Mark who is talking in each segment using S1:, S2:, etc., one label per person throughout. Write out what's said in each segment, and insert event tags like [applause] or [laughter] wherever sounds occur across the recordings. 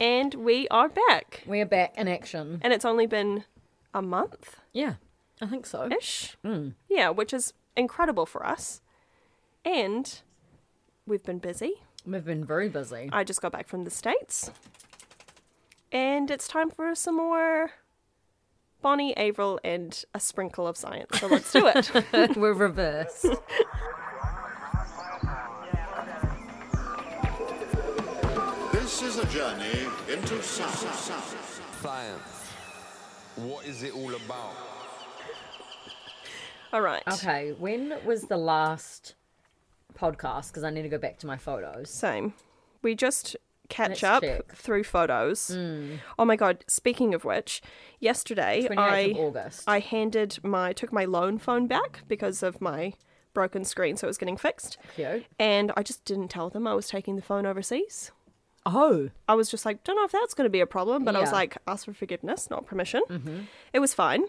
S1: And we are back.
S2: We're back in action.
S1: And it's only been a month
S2: Yeah, I think so.
S1: ish. Yeah, which is incredible for us. And we've been busy.
S2: We've been
S1: [laughs]
S2: very busy.
S1: I just got back from the States. And it's time for some more Bonnie Averill and a sprinkle of science. So let's do it.
S2: We're reversed.
S3: This is a journey into sound.
S4: Science. What is it all about?
S1: All right.
S2: okay, when was the last podcast? Because I need to go back to my photos.
S1: Same. We just catch
S2: Let's
S1: up
S2: check. Mm.
S1: through photos. Oh my god, speaking of which, yesterday
S2: 28th
S1: I
S2: of August.
S1: I handed my took my loan phone back because of my broken screen so it was getting fixed.
S2: Cute.
S1: And I just didn't tell them I was taking the phone overseas.
S2: Oh,
S1: I was just like, don't know if that's going to be a problem, but I was
S2: Yeah. Mm-hmm.
S1: like, ask for forgiveness, not permission. It was fine.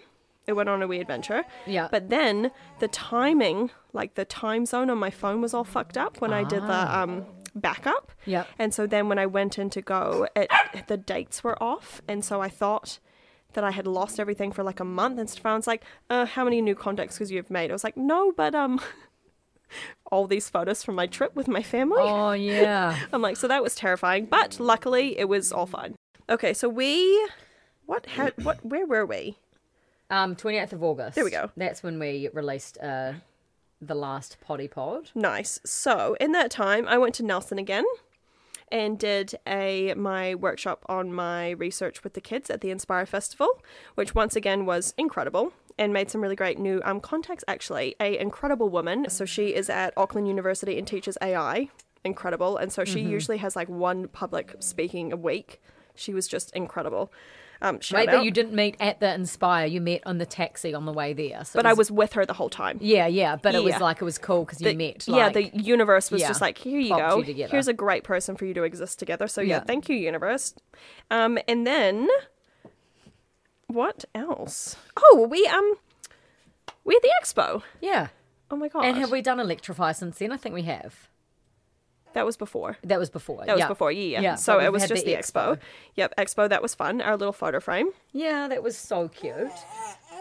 S1: It went on a wee adventure.
S2: Yeah.
S1: But then the timing, like the time zone on my phone was all fucked up when I did the um, backup.
S2: Ah. Yeah.
S1: And so then when I went in to go, it, the dates were off. And so I thought that I had lost everything for like a month. And Stefan's like, uh, how many new contacts because you've made? I was like, no, but um, [laughs] all these photos from my trip with my family.
S2: oh yeah.
S1: [laughs] I'm like, so that was terrifying, but luckily it was all fine. Okay, so we, what, ha- what, where were we?
S2: Um, 28th of August.
S1: There we go.
S2: That's when we released uh, the last potty pod.
S1: Nice. So in that time, I went to Nelson again, and did a my workshop on my research with the kids at the Inspire Festival, which once again was incredible and made some really great new um, contacts. Actually, a incredible woman. So she is at Auckland University and teaches AI. Incredible, and so she
S2: Mm-hmm.
S1: usually has like one public speaking a week. She was just incredible. Um, shout
S2: Wait,
S1: out.
S2: but you didn't meet at the Inspire. You met on the taxi on the way there. So it
S1: but I was with her the whole time.
S2: Yeah, yeah. But it
S1: Yeah.
S2: was like it was cool because you met.
S1: yeah,
S2: Like,
S1: the universe was
S2: yeah,
S1: just like, here you
S2: popped
S1: go.
S2: you together.
S1: Here's a great person for you to exist together. So yeah,
S2: Yeah.
S1: thank you, universe. Um, and then what else? Oh, we um, we at the expo.
S2: yeah.
S1: Oh my god,
S2: And have we done Electrify since then? I think we have.
S1: that was before.
S2: That was before.
S1: That was
S2: yeah.
S1: before, yeah. yeah.
S2: Yeah,
S1: so
S2: but
S1: it
S2: we've
S1: was
S2: had
S1: just the
S2: the
S1: expo.
S2: expo.
S1: Yep, expo. That was fun. Our little photo frame.
S2: Yeah, that was so cute.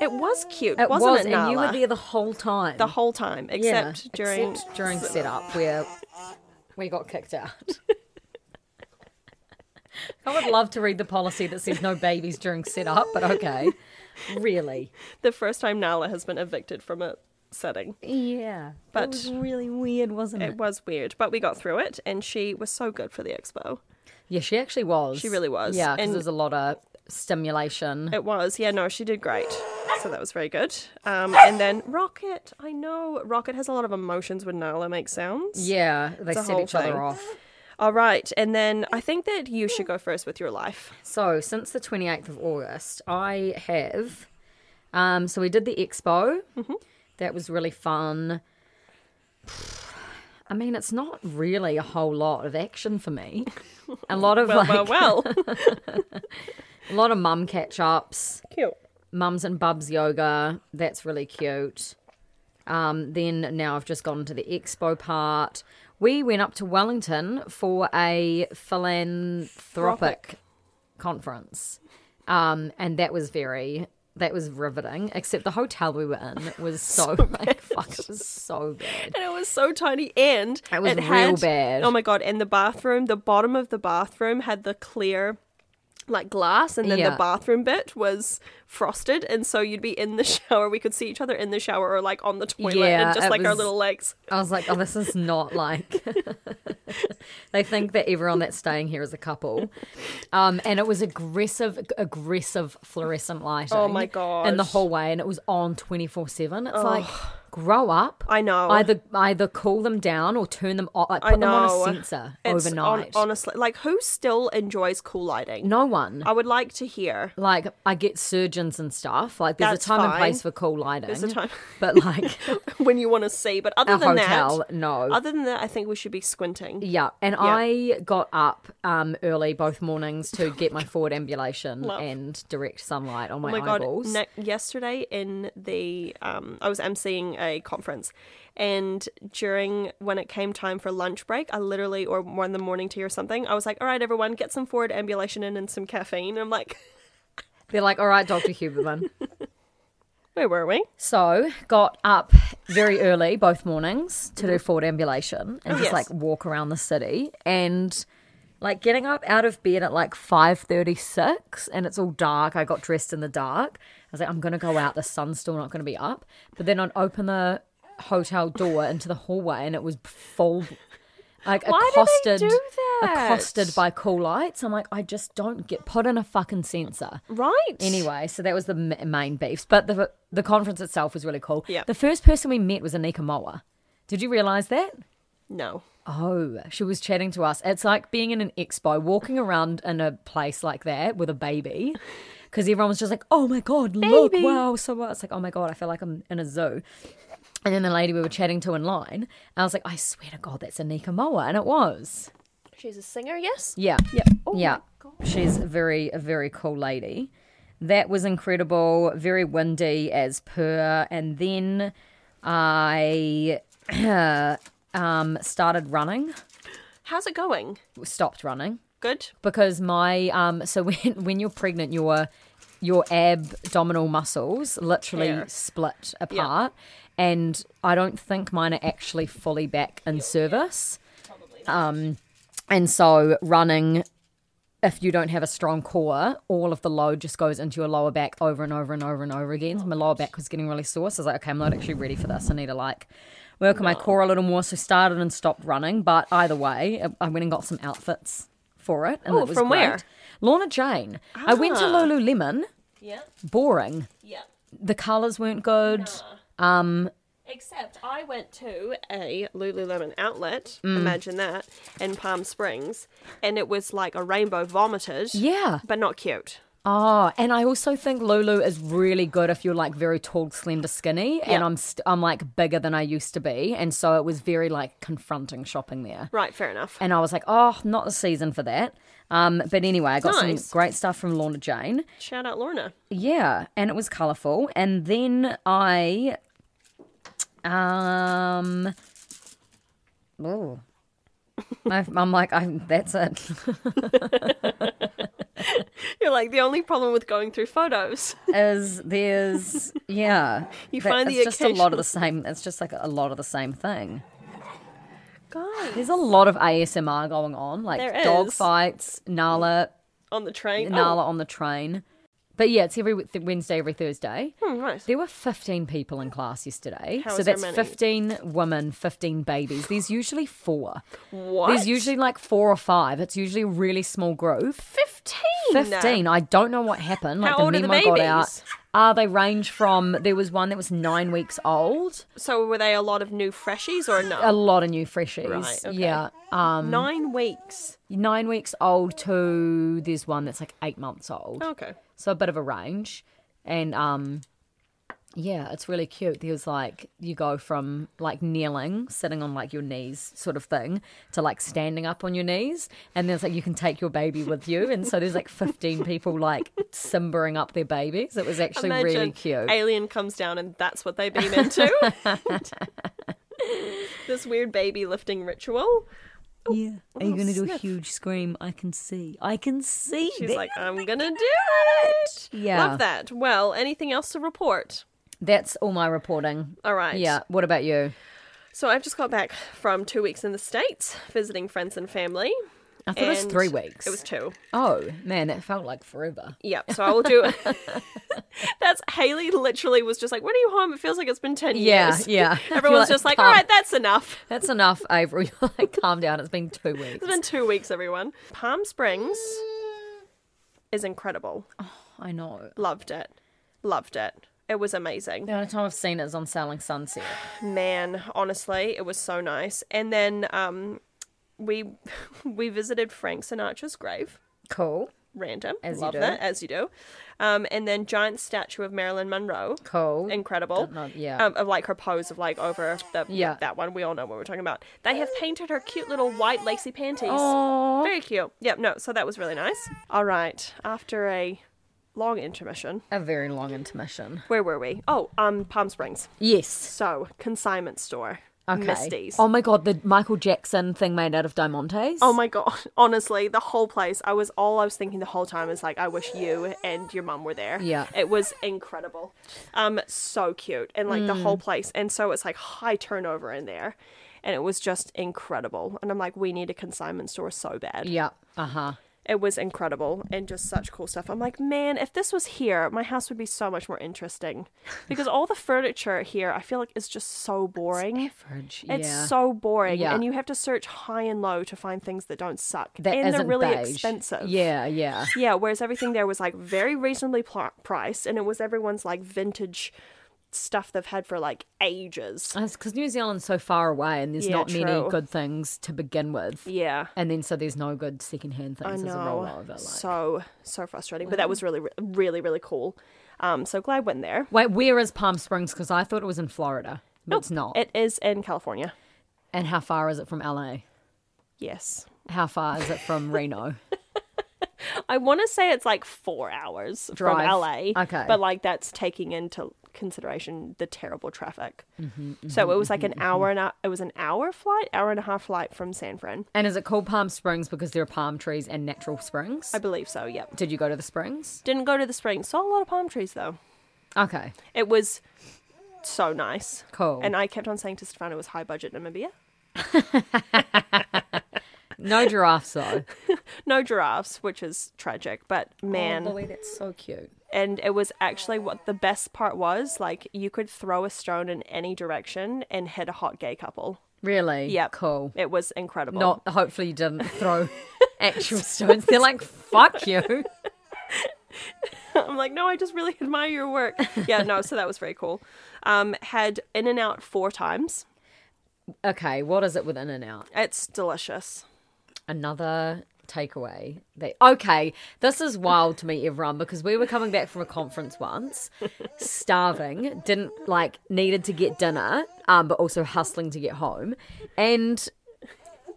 S1: It was cute,
S2: It
S1: wasn't
S2: was,
S1: it?
S2: and you were
S1: Nala?
S2: there the whole time.
S1: the whole time,
S2: yeah,
S1: except during
S2: except during setup where we got kicked out. [laughs] I would love to read the policy that says no babies during setup, but okay. Really?
S1: the first time Nala has been evicted from a setting.
S2: Yeah.
S1: But-
S2: But it was really weird, wasn't it?
S1: It was weird, but we got through it, and she was so good for the expo.
S2: Yeah, she actually was.
S1: She really was.
S2: Yeah, because
S1: And-
S2: there's a lot of stimulation.
S1: It was, yeah, no, she did great. So that was very good. Um, and then Rocket, I know Rocket has a lot of emotions when Nala makes sounds.
S2: yeah, they
S1: the
S2: set
S1: whole
S2: each
S1: thing.
S2: other off.
S1: All right, and then I think that you should go first with your life.
S2: So, since the 28th of August, I have. Um, so, we did the expo.
S1: Mm-hmm.
S2: That was really fun. I mean, it's not really a whole lot of action for me. A lot of
S1: Well,
S2: [laughs] like
S1: well,
S2: [laughs]
S1: [laughs] well.
S2: a lot of mum catch ups,
S1: Cute.
S2: mums and bubs yoga. That's really cute. Um, then now I've just gone to the expo part. We went up to Wellington for a philanthropic conference. Um, and that was very that was riveting. Except the hotel we were in was so, like, [laughs] fuck, it was so bad.
S1: And it was so tiny, and
S2: It was
S1: it
S2: real
S1: had-
S2: bad.
S1: Oh my god! And the bathroom, the bottom of the bathroom had the clear. Like glass, and then the
S2: Yeah.
S1: bathroom bit was frosted, and so you'd be in the [laughs] shower. We could see each other in the shower or like on the toilet,
S2: Yeah,
S1: and just
S2: it
S1: like our
S2: was-
S1: little legs.
S2: I was like, oh, this is not like. [laughs] they think that everyone that's staying here is a couple. Um, and it was aggressive, aggressive fluorescent lighting.
S1: Oh my
S2: In the
S1: gosh.
S2: hallway, and it was on 24 7. It's like, grow up.
S1: I know.
S2: Either either cool them down or turn them off, like put
S1: I
S2: them on
S1: know.
S2: a sensor
S1: It's hon-
S2: overnight.
S1: honestly, like who still enjoys cool lighting?
S2: no one.
S1: I would like to hear. [laughs]
S2: like I get surgeons and stuff. Like there's
S1: That's
S2: a time and
S1: fine.
S2: place for cool lighting.
S1: a time-
S2: but
S1: [laughs]
S2: like
S1: when you want to see. But other
S2: a
S1: than
S2: hotel,
S1: that,
S2: no.
S1: other than that, I think we should be squinting.
S2: yeah, and I got up um, early both mornings to get my forward ambulation
S1: Love.
S2: and direct sunlight on my,
S1: Oh my god!
S2: eyeballs.
S1: Ne- yesterday in the um, I was emceeing a conference. And during when it came time for lunch break, I literally, or one in the morning tea or something, I was like, all right, everyone, get some forward ambulation in and some caffeine. I'm like, [laughs]
S2: They're like, all right, Dr. Huberman.
S1: where were we?
S2: So got up very early both mornings to do forward ambulation and
S1: Oh,
S2: just
S1: yes.
S2: like walk around the city and like getting up out of bed at like five thirty six and it's all dark. I got dressed in the dark. I was like, I'm gonna go out. The sun's still not gonna be up. But then I'd open the hotel door into the hallway and it was full. Like
S1: Why do they
S2: accosted,
S1: do that?
S2: accosted by cool lights. I'm like, I just don't get put in a fucking sensor.
S1: Right.
S2: Anyway, so that was the ma- main beefs, but the the conference itself was really cool.
S1: Yep.
S2: The first person we met was Anika Moa. Did you realize that?
S1: No.
S2: Oh, she was chatting to us. It's like being in an expo, walking around in a place like that with a baby, because everyone was just like, "Oh my god, look,
S1: Baby.
S2: wow!" So what? It's like, "Oh my god, I feel like I'm in a zoo." And then the lady we were chatting to in line, I was like, "I swear to God, that's Anika Moa," and it was.
S1: She's a singer, yes?
S2: Yeah.
S1: Yeah. Oh my
S2: yeah. She's a very, a very cool lady. That was incredible. Very windy as per. And then I [clears throat] um, started running,
S1: How's it going?
S2: stopped running
S1: Good.
S2: because my um [laughs] so when when you're pregnant your your abdominal muscles literally
S1: Tear.
S2: split apart and I don't think mine are actually fully back in service um and so running if you don't have a strong core, all of the load just goes into your lower back over and over and over and over again. So my lower back was getting really sore. So I was like, okay, I'm not actually ready for this. I need to like work on my core a little more. So started and stopped running. But either way, I- I went and got some outfits for it. And
S1: Oh,
S2: it was
S1: from
S2: great.
S1: where?
S2: Lorna Jane. I went to
S1: Ah.
S2: Lululemon.
S1: Yeah.
S2: Boring.
S1: Yeah.
S2: The colours weren't
S1: Oh
S2: good.
S1: Except I went to a Lululemon outlet,
S2: Mm.
S1: imagine that, in Palm Springs, and it was like a rainbow vomited,
S2: Yeah.
S1: but not cute.
S2: Oh, and I also think Lulu is really good if you're like very tall, slender, skinny, and
S1: Yeah.
S2: I'm st- I'm like bigger than I used to be, and so it was very like confronting shopping there.
S1: Right, fair enough.
S2: And I was like, oh, not the season for that. Um, but anyway, I got
S1: Nice.
S2: some great stuff from Lorna Jane.
S1: Shout out Lorna.
S2: Yeah, and it was colourful. And then I, um,
S1: [laughs]
S2: oh, I'm like, I that's it.
S1: You're like the only problem with going through
S2: [laughs]
S1: photos.
S2: is
S1: [laughs]
S2: there's yeah.
S1: You find the
S2: it's just a lot of the same. It's just like a lot of the same thing.
S1: Guys,
S2: There's a lot of ASMR going on, like
S1: There
S2: dog
S1: is. Oh.
S2: fights, Nala,
S1: on the train.
S2: Nala on the train. But yeah, it's every th- Wednesday, every Thursday.
S1: Oh, hmm, right.
S2: There were 15 people in class yesterday.
S1: How
S2: so
S1: is there
S2: that's
S1: many?
S2: 15 women, 15 babies. There's usually four.
S1: Oh, What?
S2: There's usually like four or five. It's usually a really small group.
S1: 15.
S2: 15. I don't know what happened. Like
S1: How
S2: the
S1: old are the
S2: memo got out.
S1: babies?
S2: Uh, they range from there was one that was nine weeks old.
S1: So were they a lot of new freshies or
S2: A
S1: no?
S2: lot of new freshies.
S1: Right, okay.
S2: Yeah. Um,
S1: Nine weeks.
S2: nine weeks old to there's one that's like eight months old.
S1: Okay.
S2: So a bit of a range. And um yeah, it's really cute. There's like you go from like kneeling, sitting on like your knees sort of thing, to like standing up on your knees. And there's like you can take your baby with you. And so there's like fifteen people like simbering up their babies. It was actually
S1: Imagine
S2: really cute.
S1: Alien comes down and that's what they beam
S2: [laughs]
S1: into. [laughs] this weird baby lifting ritual.
S2: yeah. Are you gonna do a
S1: sniff.
S2: huge scream? I can see. I can see.
S1: She's
S2: that.
S1: like, I'm gonna do it.
S2: Yeah.
S1: Love that. Well, anything else to report?
S2: That's all my reporting.
S1: All right.
S2: Yeah. What about you?
S1: So I've just got back from two weeks in the States visiting friends and family.
S2: I thought it was
S1: and
S2: three weeks.
S1: It was two.
S2: Oh man, that felt like forever.
S1: Yep. So I will do [laughs] That's Haley literally was just like, When are you home? It feels like it's been ten
S2: Yeah, [laughs]
S1: years.
S2: yeah. You're
S1: Everyone's just like, All
S2: "Calm-
S1: right, that's enough. [laughs]
S2: that's enough, Avery. [laughs] You're like, calm down. It's been two weeks.
S1: It's been two weeks, everyone. Palm Springs is incredible.
S2: I know.
S1: Loved it. Loved it. It was amazing.
S2: The only time I've seen it is on Selling Sunset.
S1: man honestly it was so nice and then um we [laughs] we visited frank sinatra's grave
S2: Cool,
S1: random
S2: As you
S1: love
S2: do.
S1: that as you do um and then giant statue of marilyn monroe
S2: cool.
S1: incredible
S2: Don't know- yeah.
S1: um, of like her pose of like over the
S2: Yeah.
S1: that one we all know what we're talking about they have painted her cute little white lacy panties
S2: Aw.
S1: very cute yep no so that was really nice all right after a long intermission.
S2: A very long intermission.
S1: Where were we? Oh, um, Palm Springs.
S2: Yes.
S1: So consignment store.
S2: Okay.
S1: Misty's.
S2: Oh my god, the Michael Jackson thing made out of diamantes.
S1: Oh my god! [laughs] Honestly, the whole place. I was all I was thinking the whole time is like, I wish you and your mum were there.
S2: Yeah.
S1: it was incredible. Um, so cute and like the
S2: Mm.
S1: whole place, and so it's like high turnover in there, and it was just incredible. And I'm like, we need a consignment store so bad.
S2: Yeah. Uh huh.
S1: It was incredible and just such cool stuff. I'm like, man, if this was here, my house would be so much more interesting, because all the furniture here, I feel like is just so boring.
S2: Average.
S1: It's
S2: yeah.
S1: so boring,
S2: Yeah.
S1: and you have to search high and low to find things that don't suck,
S2: That
S1: and they're
S2: isn't
S1: really
S2: beige.
S1: expensive.
S2: Yeah. Yeah.
S1: yeah. Whereas everything there was like very reasonably pl- priced, and it was everyone's like vintage stuff they've had for like ages.
S2: It's because New Zealand's so far away, and there's
S1: Yeah,
S2: not many
S1: true.
S2: good things to begin with.
S1: Yeah,
S2: And then so there's no good secondhand
S1: I
S2: things as a
S1: know.
S2: rollover. Like.
S1: So so frustrating, but that was really re- really really cool. Um, so glad I went there.
S2: Wait, where is Palm Springs? Because I thought it was in Florida, but it's not.
S1: Oh, It is in California.
S2: and how far is it from LA?
S1: Yes,
S2: How far is it from
S1: [laughs]
S2: Reno?
S1: I want to say it's like four hours
S2: Drive.
S1: from LA.
S2: Okay.
S1: But like that's taking into consideration the terrible traffic.
S2: Mm-hmm,
S1: so it was like an hour and a, it was an hour flight, hour and a half flight from San Fran.
S2: And is it called Palm Springs because there are palm trees and natural springs?
S1: I believe so. Yep.
S2: Did you go to the springs?
S1: Didn't go to the spring. Saw a lot of palm trees though.
S2: Okay.
S1: It was so nice.
S2: Cool.
S1: And I kept on saying to Stefan it was high budget Namibia.
S2: No
S1: [laughs]
S2: giraffes though.
S1: No giraffes, which is tragic, but
S2: Oh,
S1: man.
S2: that's so cute.
S1: and it was actually what the best part was like you could throw a stone in any direction and hit a hot gay couple.
S2: Really?
S1: Yep.
S2: Cool.
S1: It was incredible.
S2: Not hopefully you didn't throw actual stones. They're like,
S1: [laughs]
S2: fuck you.
S1: [laughs] I'm like, no, I just really [laughs] admire your
S2: [laughs]
S1: work. Yeah, no, so that was very cool. Um, had In and Out four times.
S2: Okay, what is it with In and Out?
S1: It's delicious.
S2: another takeaway. They okay, this is wild to me, everyone, because we were coming back from a conference once, starving, didn't like needed to get dinner, um, but also hustling to get home, and.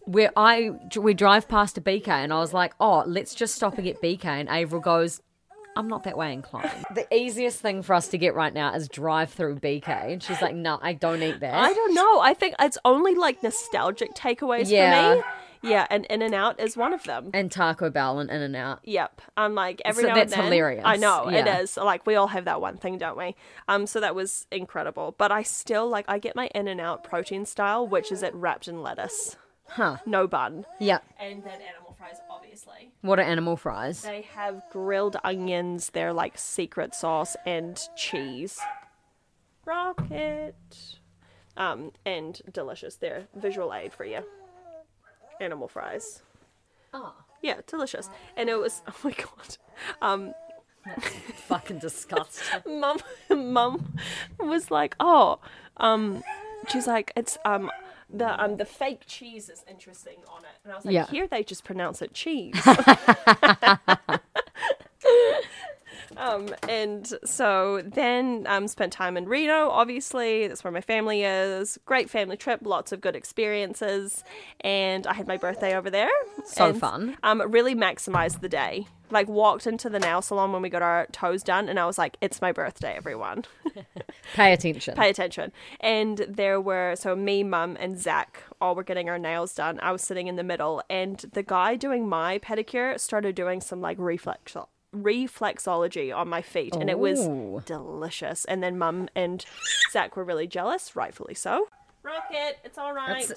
S2: Where I we drive past a BK and I was like, oh, let's just stop and get BK. And Avril goes, I'm not that way inclined. The easiest thing for us to get right now is drive through BK. And she's like, no, I don't eat that.
S1: I don't know. I think it's only like nostalgic takeaways
S2: Yeah.
S1: for me. Yeah, and In and Out is one of them.
S2: and Taco Bell and In and Out.
S1: Yep. I'm like every
S2: So
S1: now
S2: that's
S1: and then.
S2: hilarious.
S1: I know
S2: Yeah.
S1: it is. Like we all have that one thing, don't we? Um. So that was incredible. But I still like I get my In and Out protein style, which is it wrapped in lettuce,
S2: Huh.
S1: no bun,
S2: Yeah.
S1: and then animal fries, obviously.
S2: What are animal fries?
S1: They have grilled onions, they're like secret sauce and cheese. Rocket. Um, and delicious. They're visual aid for you. Animal fries.
S2: Oh.
S1: Yeah, delicious. And it was [laughs] oh my god. Um
S2: fucking disgusting.
S1: mum [laughs] mum was like, Oh, um she's like, it's um the um the fake cheese is interesting on it. And I was like,
S2: Yeah.
S1: here they just pronounce it cheese. Um, and so then um, spent time in Reno, obviously. That's where my family is. Great family trip, lots of good experiences. And I had my birthday over there.
S2: So
S1: and,
S2: fun.
S1: Um, it really maximized the day. Like, walked into the nail salon when we got our toes done, and I was like, it's my birthday, everyone.
S2: [laughs] Pay attention.
S1: Pay attention. And there were, so me, mum, and Zach all were getting our nails done. I was sitting in the middle, and the guy doing my pedicure started doing some like reflex reflexology on my feet and it was
S2: Ooh.
S1: delicious and then mum and zach were really jealous rightfully so rocket it's all right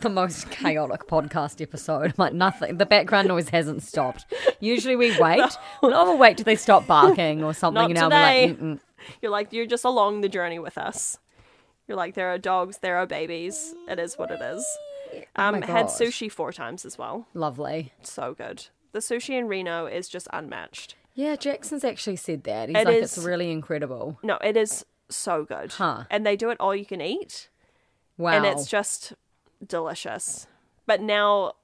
S2: the most chaotic podcast episode. I'm Like nothing. The background noise hasn't stopped. Usually we
S1: [laughs]
S2: wait. No, we'll wait till they stop barking or something.
S1: Not
S2: and I'll be like,
S1: today. [laughs] you're like you're just along the journey with us you're like there are dogs there are babies it is what it is um
S2: Oh my
S1: had
S2: God.
S1: sushi four times as well
S2: lovely.
S1: so good. The sushi in Reno is just unmatched.
S2: Yeah, Jackson's actually said that. He's
S1: It
S2: like,
S1: is-
S2: it's really incredible.
S1: No, it is so good.
S2: Huh.
S1: And they do it all you can eat,
S2: Wow.
S1: and it's just delicious. But now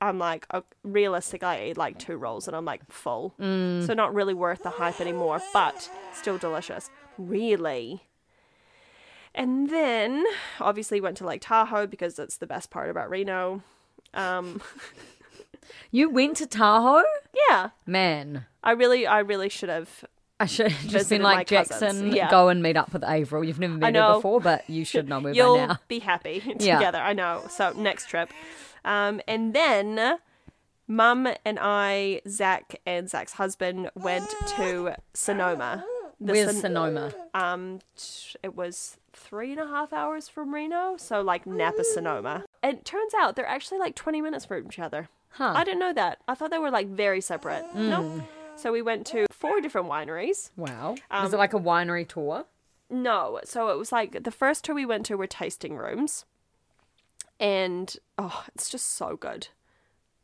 S1: I'm like, uh, realistically, I eat like two rolls and I'm like full. So not really worth the hype anymore, but still delicious. Really. And then obviously went to Lake Tahoe because that's the best part about Reno. Um,
S2: you went to Tahoe?
S1: yeah.
S2: Man.
S1: I really, I really should have.
S2: I should have just
S1: Visited
S2: been
S1: my
S2: like
S1: cousins,
S2: Jackson,
S1: yeah.
S2: go and meet up with Avril. You've never met her
S1: know.
S2: before, but you
S1: [laughs]
S2: should know her by
S1: You'll
S2: now.
S1: be happy [laughs]
S2: Yeah.
S1: together. I know. So next trip, um, and then Mum and I, Zach and Zach's husband, went to Sonoma. The
S2: Where's
S1: Son-
S2: Sonoma?
S1: um t- it was three and a half hours from reno so like napa sonoma and it turns out they're actually like 20 minutes from each other
S2: Huh. Hmm.
S1: i didn't know that i thought they were like very separate nope so we went to four different wineries
S2: Wow.
S1: Um,
S2: Was it like a winery tour?
S1: no so it was like the first two we went to were tasting rooms and oh it's just so good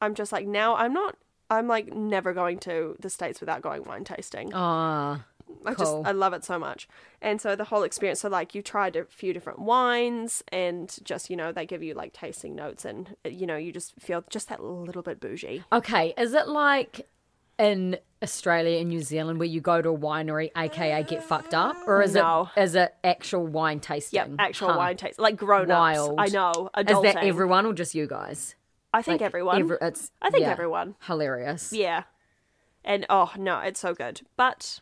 S1: i'm just like now i'm not i'm like never going to the states without going wine tasting
S2: Ah,
S1: I
S2: Cool.
S1: just I love it so much. And so the whole experience, so like you tried a few different wines and just, you know, they give you like tasting notes and uh, you know, you just feel just that little bit bougie.
S2: okay. Is it like in Australia and New Zealand where you go to a winery, aka get fucked up, or is
S1: No.
S2: it is it actual wine
S1: Yep,
S2: tasting?
S1: actual
S2: Huh.
S1: wine taste. Like grown ups.
S2: Wild.
S1: I know.
S2: Is
S1: Adulting.
S2: that everyone or just you guys?
S1: I think
S2: Like,
S1: everyone.
S2: every- it's,
S1: I think
S2: yeah,
S1: everyone.
S2: Hilarious.
S1: Yeah. And oh no, it's so good. But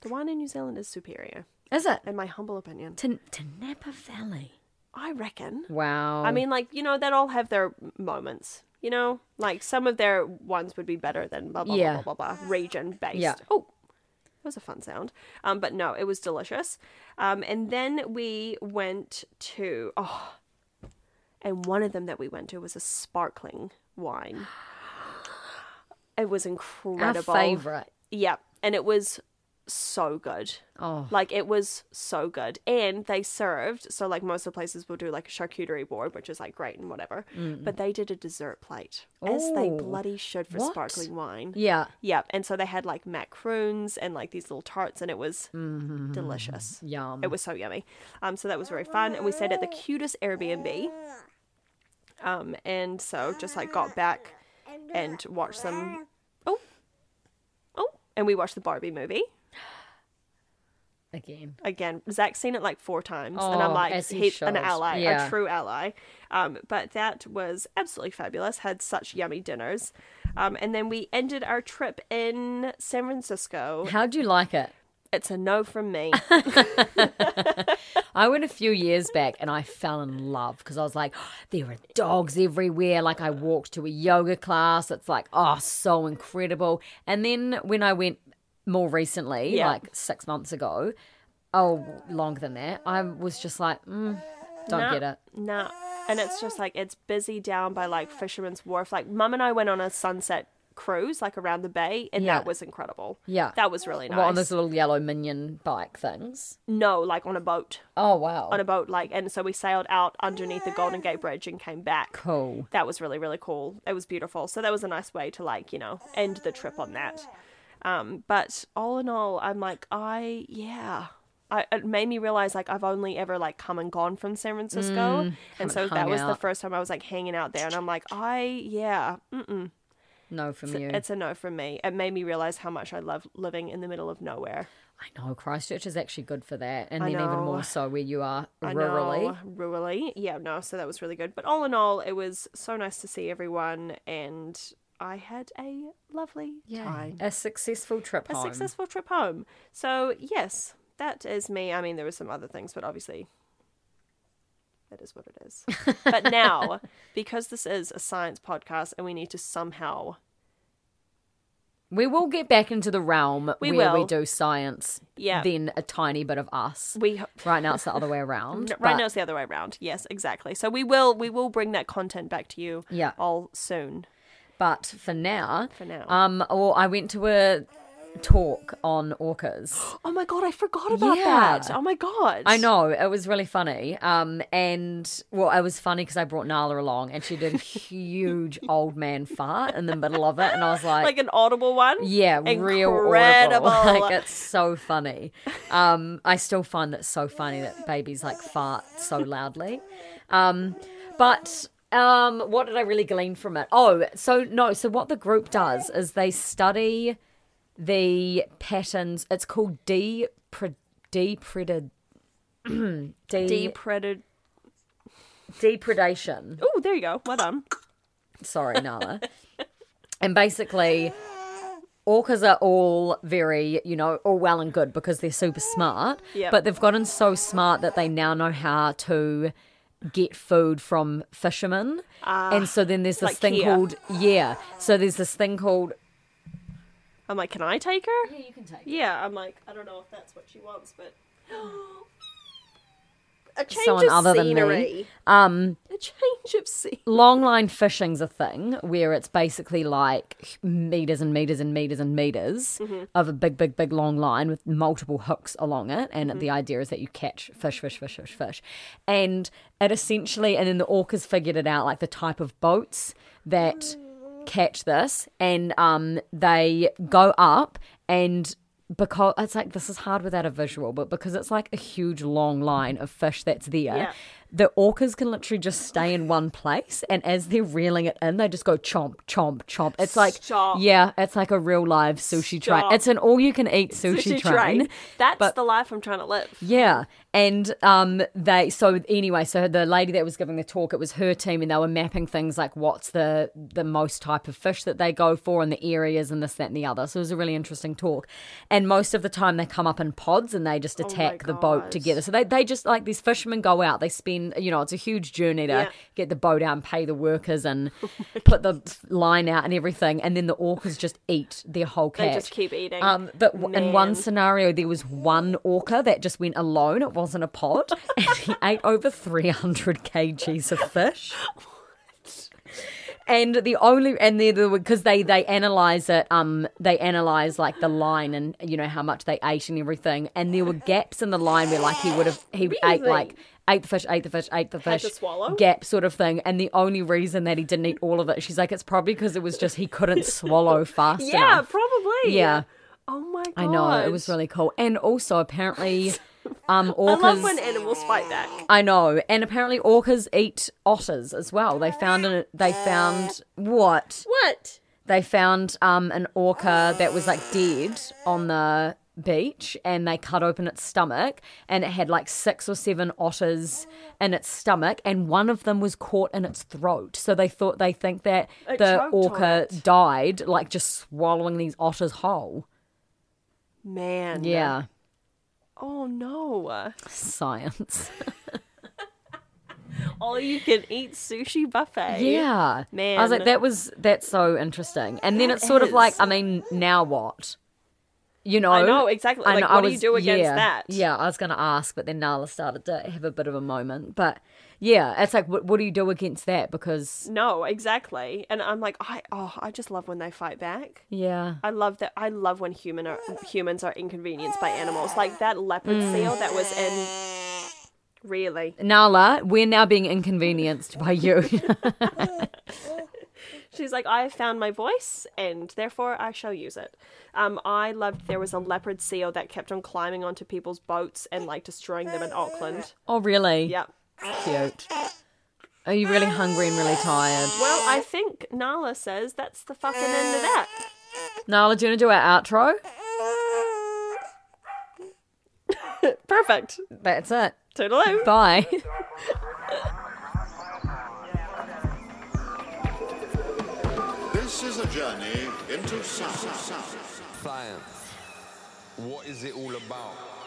S1: the wine in New Zealand is superior,
S2: Is it
S1: in my humble opinion.
S2: to, to Napa Valley?
S1: I reckon.
S2: Wow.
S1: I mean, like, you know, that all have their moments. You know, like some of their ones would be better than blah blah
S2: Yeah.
S1: blah blah blah region based.
S2: Yeah.
S1: Oh, that was a fun sound. Um, but no, it was delicious. Um, and then we went to oh, and one of them that we went to was a sparkling wine. It was
S2: our
S1: incredible.
S2: favorite.
S1: Yep, and it was so good.
S2: Oh.
S1: Like it was so good. And they served, so like most of the places will do like a charcuterie board, which is like great and whatever. But they did a dessert plate. As they
S2: Mm. Oh.
S1: bloody should for
S2: What?
S1: sparkling wine.
S2: Yeah.
S1: Yep. And so they had like macaroons and like these little tarts and it was delicious.
S2: Mm-hmm. Yum.
S1: It was so yummy. Um, so that was very fun. And we stayed at the cutest Airbnb. Um, and so just like got back and watched some. Oh, oh, and we watched the Barbie movie
S2: Again.
S1: again. Zach's seen it like four times, and I'm
S2: Oh,
S1: like,
S2: as he
S1: he's an
S2: should.
S1: ally,
S2: Yeah.
S1: a true ally. Um, but that was absolutely fabulous. Had such yummy dinners. Um, and then we ended our trip in San Francisco.
S2: How'd you like it?
S1: It's a no from me.
S2: I went a few years back and I fell in love because I was like, [gasps] there are dogs everywhere. Like, I walked to a yoga class. It's like, oh, so incredible. And then when I went more recently,
S1: Yeah.
S2: like six months ago, oh, longer than that, I was just like, mm, don't
S1: Nah,
S2: get it.
S1: Nah. And it's just like it's busy down by like Fisherman's Wharf. Like Mum and I went on a sunset cruise like around the bay and
S2: Yeah.
S1: that was incredible.
S2: Yeah.
S1: That was really nice.
S2: Well, on those little yellow minion bike things.
S1: no, like on a boat.
S2: Oh, wow.
S1: On a boat like and so we sailed out underneath the Golden Gate Bridge and came back.
S2: cool.
S1: That was really really cool. It was beautiful. So that was a nice way to like, you know, end the trip on that. Um but all in all, I'm like I yeah. I, it made me realize like I've only ever like come and gone from San Francisco, and so that
S2: Mm, hung
S1: was the
S2: out.
S1: first time I was like hanging out there, and I'm like, I yeah, mm,
S2: No from you.
S1: It's a no from me. It made me realize how much I love living in the middle of nowhere.
S2: I know. Christchurch is actually good for that. And
S1: I
S2: then even
S1: know.
S2: more so where you are
S1: I
S2: rurally.
S1: know, rurally. Yeah, no, so that was really good. But all in all, it was so nice to see everyone, and I had a lovely time.
S2: A successful trip
S1: A
S2: home.
S1: successful trip home. So, yes, that is me. I mean, there were some other things, but obviously. That is what it
S2: [laughs]
S1: is. but now, because this is a science podcast and we need to somehow
S2: We will get back into the realm
S1: We
S2: where we
S1: will.
S2: do science,
S1: Yeah.
S2: then a tiny bit of us.
S1: we ho-
S2: Right now it's the other way around.
S1: N- [laughs] Right
S2: but
S1: now it's the other way around. Yes, exactly. So we will we will bring that content back to you
S2: Yeah.
S1: all soon.
S2: But for now,
S1: For now.
S2: um, well, I went to a talk on orcas.
S1: Oh my god, I forgot about
S2: Yeah.
S1: that. Oh my god. [gasps]
S2: I know it was really funny. Um, and well, it was funny because I brought Nala along, and she
S1: [laughs]
S2: did a huge old man fart in the middle of it, and I was like,
S1: Like an audible one?
S2: Yeah, real
S1: Incredible.
S2: audible. [laughs] Like it's so funny. Um, I still find that so funny that babies like fart so loudly. Um, but um, what did I really glean from it? Oh, so no. So what the group does is they study the patterns. It's called de depreded. [clears throat] de-
S1: Depreded.
S2: depredation.
S1: Oh, there you go. Well done.
S2: Sorry, Nala. and basically, orcas are all very, you know, all well and good because they're super smart.
S1: Yep.
S2: But they've gotten so smart that they now know how to get food from fishermen. and so then there's this
S1: Ah, like
S2: thing
S1: here.
S2: called yeah. So there's this thing called
S1: I'm like, can I take her?
S2: you can take
S1: Yeah, I'm like, I don't know if that's what she wants, but [gasps] a change
S2: Someone
S1: of
S2: other than me.
S1: scenery. Um, a change of scene.
S2: Longline fishing's a thing where it's basically like meters and meters and meters and meters of a big, big, big long line with multiple hooks along it. And the idea is that you catch fish, fish, fish, fish, fish. And it essentially, and then the orcas figured it out like the type of boats that catch this. And um, they go up and because it's like this is hard without a visual, but because it's like a huge long line of fish that's there,
S1: Yeah.
S2: the orcas can literally just stay in one place. And as they're reeling it in, they just go chomp, chomp, chomp. It's like,
S1: Stop.
S2: yeah, it's like a real live sushi train.
S1: Stop.
S2: It's an all you can eat sushi, train.
S1: That's
S2: but-
S1: the life I'm trying to live.
S2: Yeah. And um, they, so anyway, so the lady that was giving the talk, it was her team, and they were mapping things like what's the, the most type of fish that they go for and the areas and this, that, and the other. So it was a really interesting talk. And most of the time they come up in pods and they just attack the boat
S1: Oh gosh.
S2: together. So they, they just like these fishermen go out, they spend, you know, it's a huge journey to
S1: Yeah. Oh
S2: get the boat out and pay the workers and
S1: [laughs]
S2: put the line out and everything. And then the orcas just eat their whole
S1: They
S2: catch.
S1: just keep eating.
S2: Um, but w- in one
S1: Man.
S2: scenario, there was one orca that just went alone. It wasn't
S1: [laughs]
S2: a pod, and he ate over 300 kgs of fish. And the only and they because they they analyze it um they analyze like the line and you know how much they ate and everything and there were gaps in the line where like he would have he ate
S1: Really?
S2: like ate the fish ate the fish ate the
S1: Had
S2: fish
S1: to swallow?
S2: gap sort of thing and the only reason that he didn't eat all of it she's like it's probably because it was just he couldn't swallow fast
S1: [laughs] yeah,
S2: enough
S1: probably.
S2: Yeah.
S1: Oh my god.
S2: I know it was really cool, and also
S1: [laughs]
S2: apparently, um,
S1: I
S2: orcas. I,
S1: love when animals fight back.
S2: know, and apparently orcas eat otters as well. They found an, they found what
S1: What?
S2: they found um an orca that was like dead on the beach, and they cut open its stomach, and it had like six or seven otters in its stomach, and one of them was caught in its throat. So they thought they think that
S1: It
S2: the
S1: choked on
S2: orca
S1: it.
S2: died like just swallowing these otters whole.
S1: Man.
S2: Yeah,
S1: Oh no.
S2: science.
S1: All you can eat sushi buffet.
S2: Yeah.
S1: Man.
S2: I was like, that was that's so interesting. And then it's sort of
S1: is.
S2: like, I mean, now what? You know,
S1: I know, exactly. Like, what do you do against
S2: yeah,
S1: that?
S2: Yeah, I was going to ask, but then Nala started to have a bit of a moment. But yeah, it's like, what, what do you do against that? Because
S1: No, exactly. And I'm like, I oh, I just love when they fight back.
S2: yeah,
S1: I love that. I love when human are, humans are inconvenienced by animals, like that leopard seal that was in. Really,
S2: Nala, we're now being inconvenienced by you. [laughs]
S1: she's like, I have found my voice, and therefore I shall use it. Um, I loved there was a leopard seal that kept on climbing onto people's boats and like destroying them in Auckland.
S2: oh, really?
S1: Yep.
S2: Cute. Are you really hungry and really tired?
S1: Well, I think Nala says that's the fucking end of that.
S2: Nala, do you want to do our outro?
S1: Perfect.
S2: That's it.
S1: Toodaloo.
S2: Bye. [laughs]
S3: This is a journey into sound.
S4: Science. What is it all about?